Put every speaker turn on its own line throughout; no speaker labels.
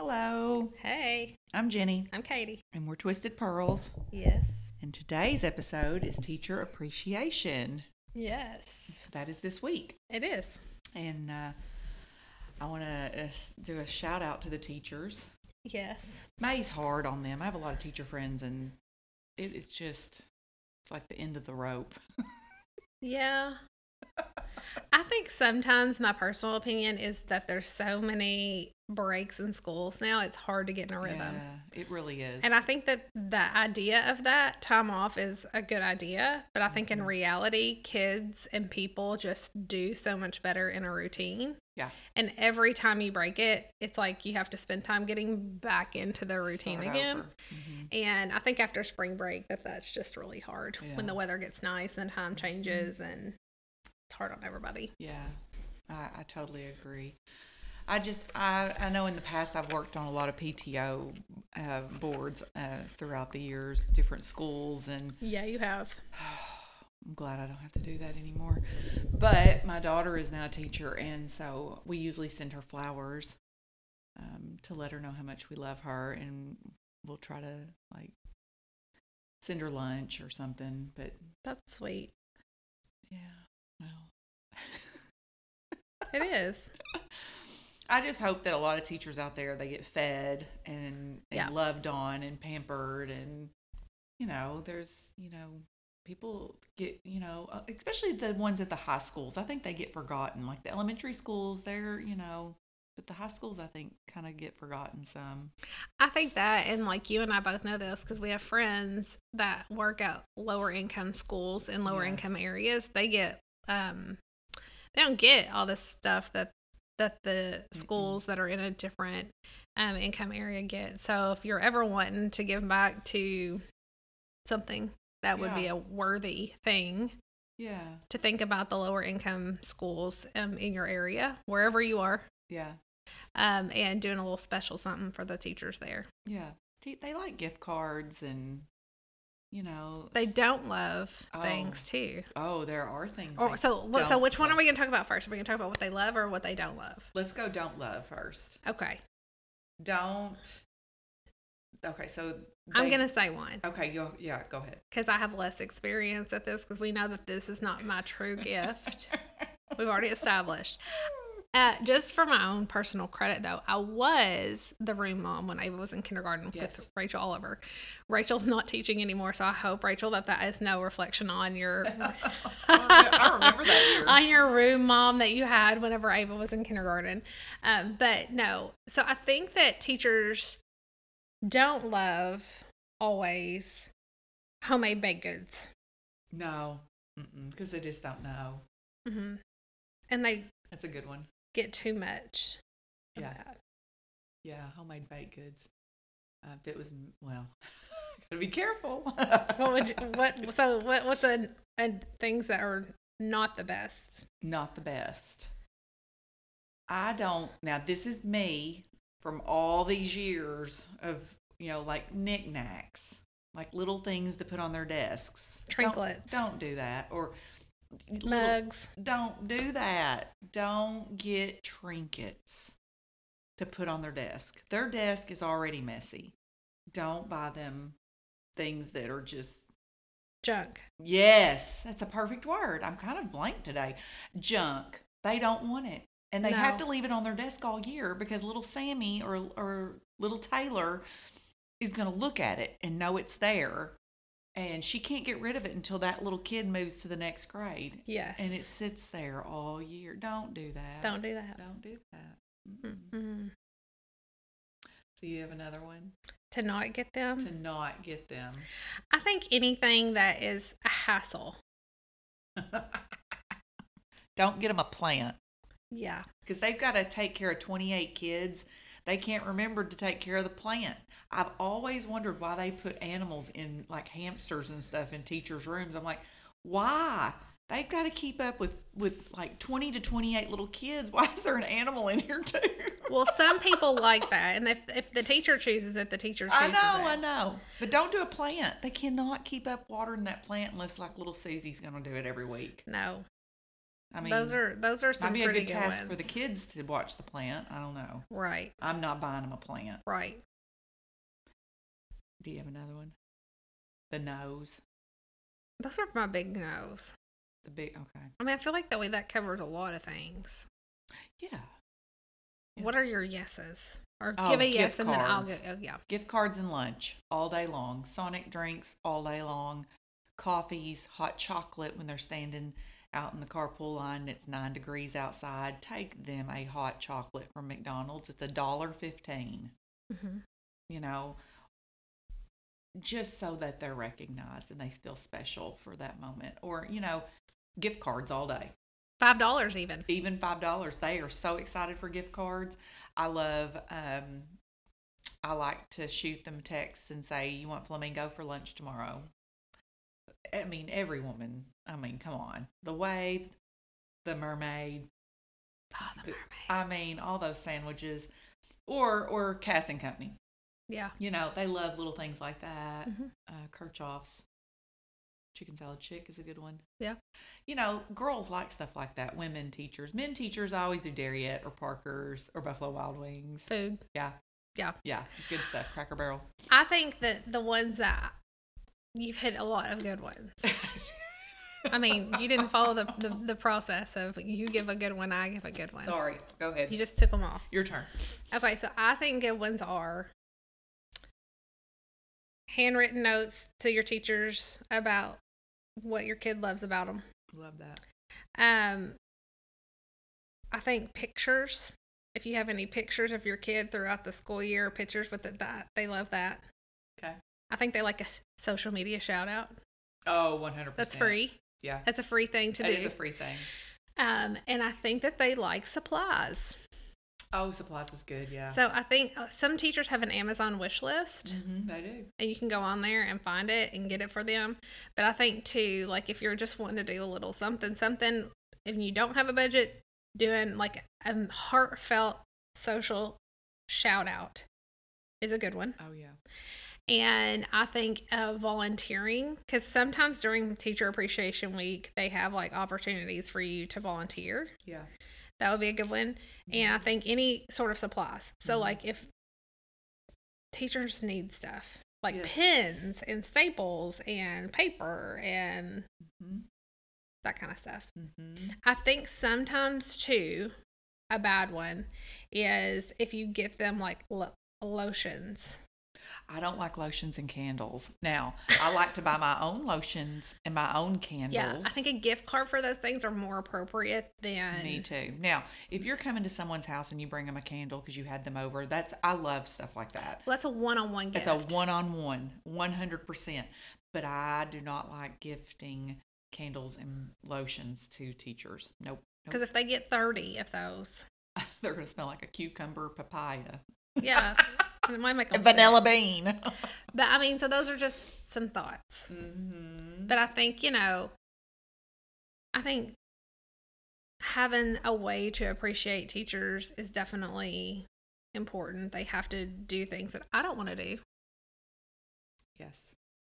Hello,
Hey,
I'm Jenny,
I'm Katie.
and we're Twisted Pearls.
Yes.
And today's episode is Teacher Appreciation.
Yes.
That is this week.
It is.
And uh, I want to uh, s- do a shout out to the teachers.
Yes.
May's hard on them. I have a lot of teacher friends, and it, it's just it's like the end of the rope.
Yeah. I think sometimes my personal opinion is that there's so many breaks in schools now, it's hard to get in a rhythm.
Yeah, it really is.
And I think that the idea of that time off is a good idea, but I think in reality, kids and people just do so much better in a routine.
Yeah.
And every time you break it, it's like you have to spend time getting back into the routine
Start
again.
over. Mhm.
And I think after spring break, that that's just really hard
Yeah. Mm-hmm.
when the weather gets nice and time changes, and it's hard on everybody.
Yeah, I, I totally agree. I just I, I know in the past I've worked on a lot of PTO uh, boards uh, throughout the years, different schools, and
Yeah, you have.
I'm glad I don't have to do that anymore. But my daughter is now a teacher, and so we usually send her flowers um, to let her know how much we love her, and we'll try to like send her lunch or something. But
That's sweet.
yeah, well,
It is.
I just hope that a lot of teachers out there they get fed and, and
Yeah.
loved on and pampered and you know there's you know people get you know uh, especially the ones at the high schools I think they get forgotten like the elementary schools they're you know but the high schools I think kind of get forgotten some
I think that, and like you and I both know this because we have friends that work at lower income schools in lower
Yeah.
income areas. They get, um, they don't get all this stuff that that the
Mm-mm.
schools that are in a different um, income area get. So if you're ever wanting to give back to something, that would be
Yeah.
a worthy thing
yeah
to think about the lower income schools um, in your area, wherever you are,
yeah
um, and doing a little special something for the teachers there.
yeah Te- they like gift cards and you know
they
s-
don't love
Oh.
things too.
oh there are things
Or
they
so what- so
don't
which one are
love.
we going to talk about first? Are we going to talk about what they love or what they don't love?
let's go don't love first
Okay.
don't okay so
I'm
they-
going to say one
Okay, you yeah, go ahead.
cuz I have less experience at this cuz we know that this is not my true gift. We've already established. Uh, just for my own personal credit, though, I was the room mom when Ava was in kindergarten
Yes.
with Rachel Oliver. Rachel's not teaching anymore, so I hope Rachel that that is no reflection on your
I remember that year.
on your room mom that you had whenever Ava was in kindergarten. Um, but no, so I think that teachers don't love always homemade baked goods,
no, because they just don't know. Mm-hmm.
hmm and they
That's a good one.
get too much. of
Yeah.
that.
Yeah, homemade baked goods. Uh, if it was, well, gotta be careful.
What would you, what? So what? What's a, a things that are not the best?
Not the best. I don't. Now, this is me from all these years of, you know, like knickknacks, like little things to put on their desks. Don't-
Trinkets.
Don't, do that. Or little-
Mugs.
Don't do that. Don't get trinkets to put on their desk. Their desk is already messy. Don't buy them things that are just,
Junk.
yes, that's a perfect word. I'm kind of blank today. Junk. They don't want it. And they have
No.
to leave it on their desk all year because little Sammy or, or little Taylor is going to look at it and know it's there. And she can't get rid of it until that little kid moves to the next grade
Yes.
and it sits there all year. Don't do that.
don't do that. Mm-hmm.
Don't do that. Mm-mm.
Mm-mm.
So you have another one
To not get them.
to not get them.
I think anything that is a hassle.
Don't get them a plant
Yeah.
because they've got to take care of 28 kids. They can't remember to take care of the plant. I've always wondered why they put animals in like hamsters and stuff in teachers' rooms. I'm like, why? They've got to keep up with with like 20 to 28 little kids. Why is there an animal in here too?
Well, some people like that, and if if the teacher chooses it, the teacher chooses
I know,
it.
I know. But don't do a plant. They cannot keep up watering that plant unless like little Susie's going to do it every week.
No,
I mean,
those are those are
might
some
be a
pretty
good task
ones.
for the kids to watch the plant. I don't know.
Right,
I'm not buying them a plant.
right.
Do you have another one? The nose.
Those are my big no's.
The big. Okay.
I mean, I feel like that way that covers a lot of things.
Yeah. Yeah.
What are your yeses? Or
Oh,
give a
gift
yes, and then I'll go.
cards.
Oh, yeah,
Gift cards and lunch all day long. Sonic drinks all day long. Coffees, hot chocolate when they're standing out in the carpool line. and It's nine degrees outside. Take them a hot chocolate from McDonald's. It's a dollar fifteen.
hmm
You know, just so that they're recognized and they feel special for that moment. Or you know, gift cards all day.
five dollars even.
even five dollars they are so excited for gift cards i love um i like to shoot them texts and say you want flamingo for lunch tomorrow i mean every woman i mean come on the wave the mermaid
Oh, the mermaid.
i mean all those sandwiches or or cass and company
yeah,
you know they love little things like that
Mhm.
uh kirchhoff's chicken salad chick is a good one
yeah.
you know, girls like stuff like that. Women teachers, men teachers, I always do Dariette or Parker's or Buffalo Wild Wings.
Food.
Yeah,
Yeah.
yeah, good stuff. Cracker Barrel.
I think that the ones that you've hit a lot of good ones. I mean, you didn't follow the, the, the process of you give a good one, I give a good one.
Sorry, go ahead.
You just took them all.
Your turn.
Okay, so I think good ones are handwritten notes to your teachers about what your kid loves about them.
Love that.
Um, I think pictures. If you have any pictures of your kid throughout the school year, pictures with it, that they love that.
Okay.
I think they like a social media shout out.
Oh, one hundred percent.
That's free.
Yeah,
That's a free thing to
that is
do.
a free thing.
um, and I think that they like supplies.
Oh, supplies is good. Yeah,
So I think uh, some teachers have an Amazon wish list,
Mhm, they do.
and you can go on there and find it and get it for them. But I think too, like if you're just wanting to do a little something, something, and you don't have a budget, doing like a heartfelt social shout out is a good one.
Oh yeah.
and I think uh, volunteering because sometimes during Teacher Appreciation Week they have like opportunities for you to volunteer.
Yeah.
That would be a good one, and I
Mm-hmm.
think any sort of supplies. So
Mhm.
like if teachers need stuff like
Yes.
pens and staples and paper and
Mhm.
that kind of stuff.
Mhm.
I think sometimes too a bad one is if you get them like lo- lotions.
I don't like lotions and candles. Now, I like to buy my own lotions and my own candles.
Yeah, I think a gift card for those things are more appropriate than
Me too. Now, if you're coming to someone's house and you bring them a candle because you had them over, that's I love stuff like that.
Well, that's a one-on-one gift.
It's a one-on-one, one hundred percent. But I do not like gifting candles and lotions to teachers. Nope,
because
nope.
if they get thirty of those,
they're going to smell like a cucumber, papaya,
yeah, it might make them
and
sick.
vanilla bean.
But I mean, so those are just some thoughts.
mm-hmm.
But I think you know, I think having a way to appreciate teachers is definitely important. They have to do things that I don't want to do,
Yes,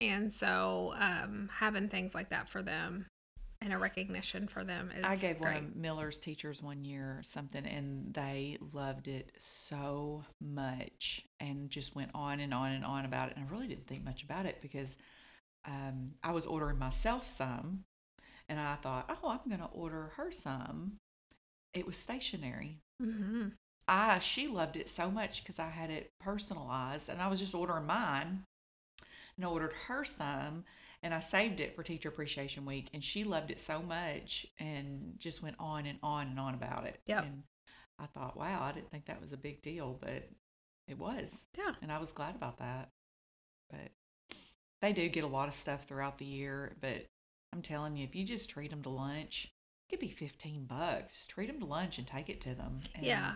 and so um, having things like that for them and a recognition for them is
I gave
great.
one of Miller's teachers one year or something, and they loved it so much, and just went on and on and on about it. And I really didn't think much about it because um, I was ordering myself some, and I thought, oh, I'm going to order her some. It was stationary.
hmm
I she loved it so much because I had it personalized, and I was just ordering mine, and I ordered her some, and I saved it for Teacher Appreciation Week, and she loved it so much, and just went on and on and on about it.
Yep.
And I thought, wow, I didn't think that was a big deal, but it was,
Yeah.
and I was glad about that. But they do get a lot of stuff throughout the year, but I'm telling you, if you just treat them to lunch. It could be 15 bucks. Just treat them to lunch and take it to them. and
Yeah.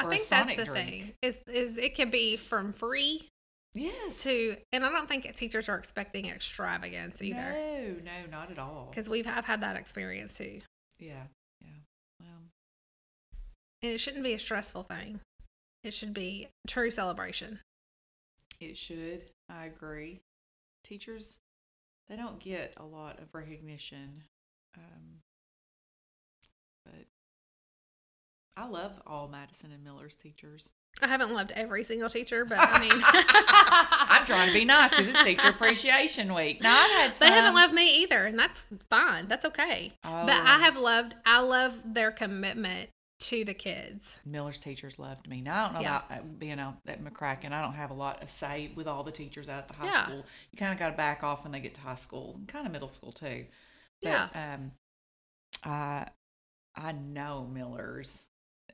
I
or
think
a
that's
Sonic
the
drink.
thing is is it can be from free
Yes.
to, and I don't think teachers are expecting extravagance either
No, no, not at all.
because we've I've had that experience too,
Yeah, yeah. Well,
and it shouldn't be a stressful thing. It should be true celebration.
it should. I agree. Teachers, they don't get a lot of recognition. Um, but I love all Madison and Miller's teachers.
I haven't loved every single teacher, but I mean,
I'm trying to be nice because it's Teacher Appreciation Week. Now I've had some.
they haven't loved me either, and that's fine. That's okay. But I
Oh.
have loved. I love their commitment to the kids.
Miller's teachers loved me. Now I don't know
Yeah.
about uh, being out at McCracken. I don't have a lot of say with all the teachers out at the high
Yeah.
school. You kind of got to back off when they get to high school, and kind of middle school too. But, Um, I I know Miller's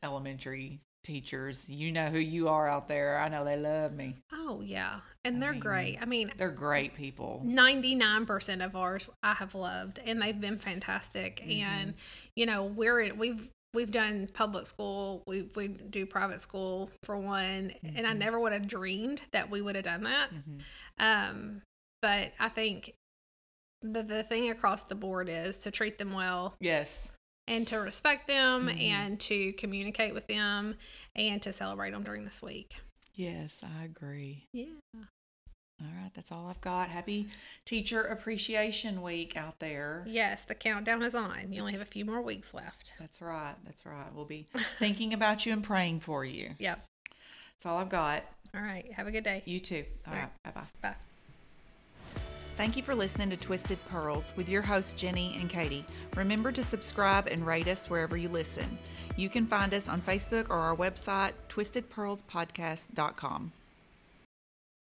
elementary teachers. You know who you are out there. I know they love me.
Oh yeah, and they're
mean,
great. I mean,
They're great people.
99% of ours I have loved and they've been fantastic and you know we're we've we've done public school we we do private school for one and I
Mhm.
never would have dreamed that we would have done that
Mhm.
um but I think the the thing across the board is to treat them well
Yes.
and to respect them
Mhm.
and to communicate with them and to celebrate them during this week
Yes, I agree.
yeah
All right, that's all I've got. Happy Teacher Appreciation Week out there.
yes the countdown is on you only have a few more weeks left
That's right. That's right. We'll be thinking about you and praying for you.
yep
That's all I've got.
all right have a good day
You too. All
All
right.
right.
Bye bye.
Bye.
Thank you for listening to Twisted Pearls with your hosts, Jenny and Katie. Remember to subscribe and rate us wherever you listen. You can find us on Facebook or our website, twistedpearlspodcast.com.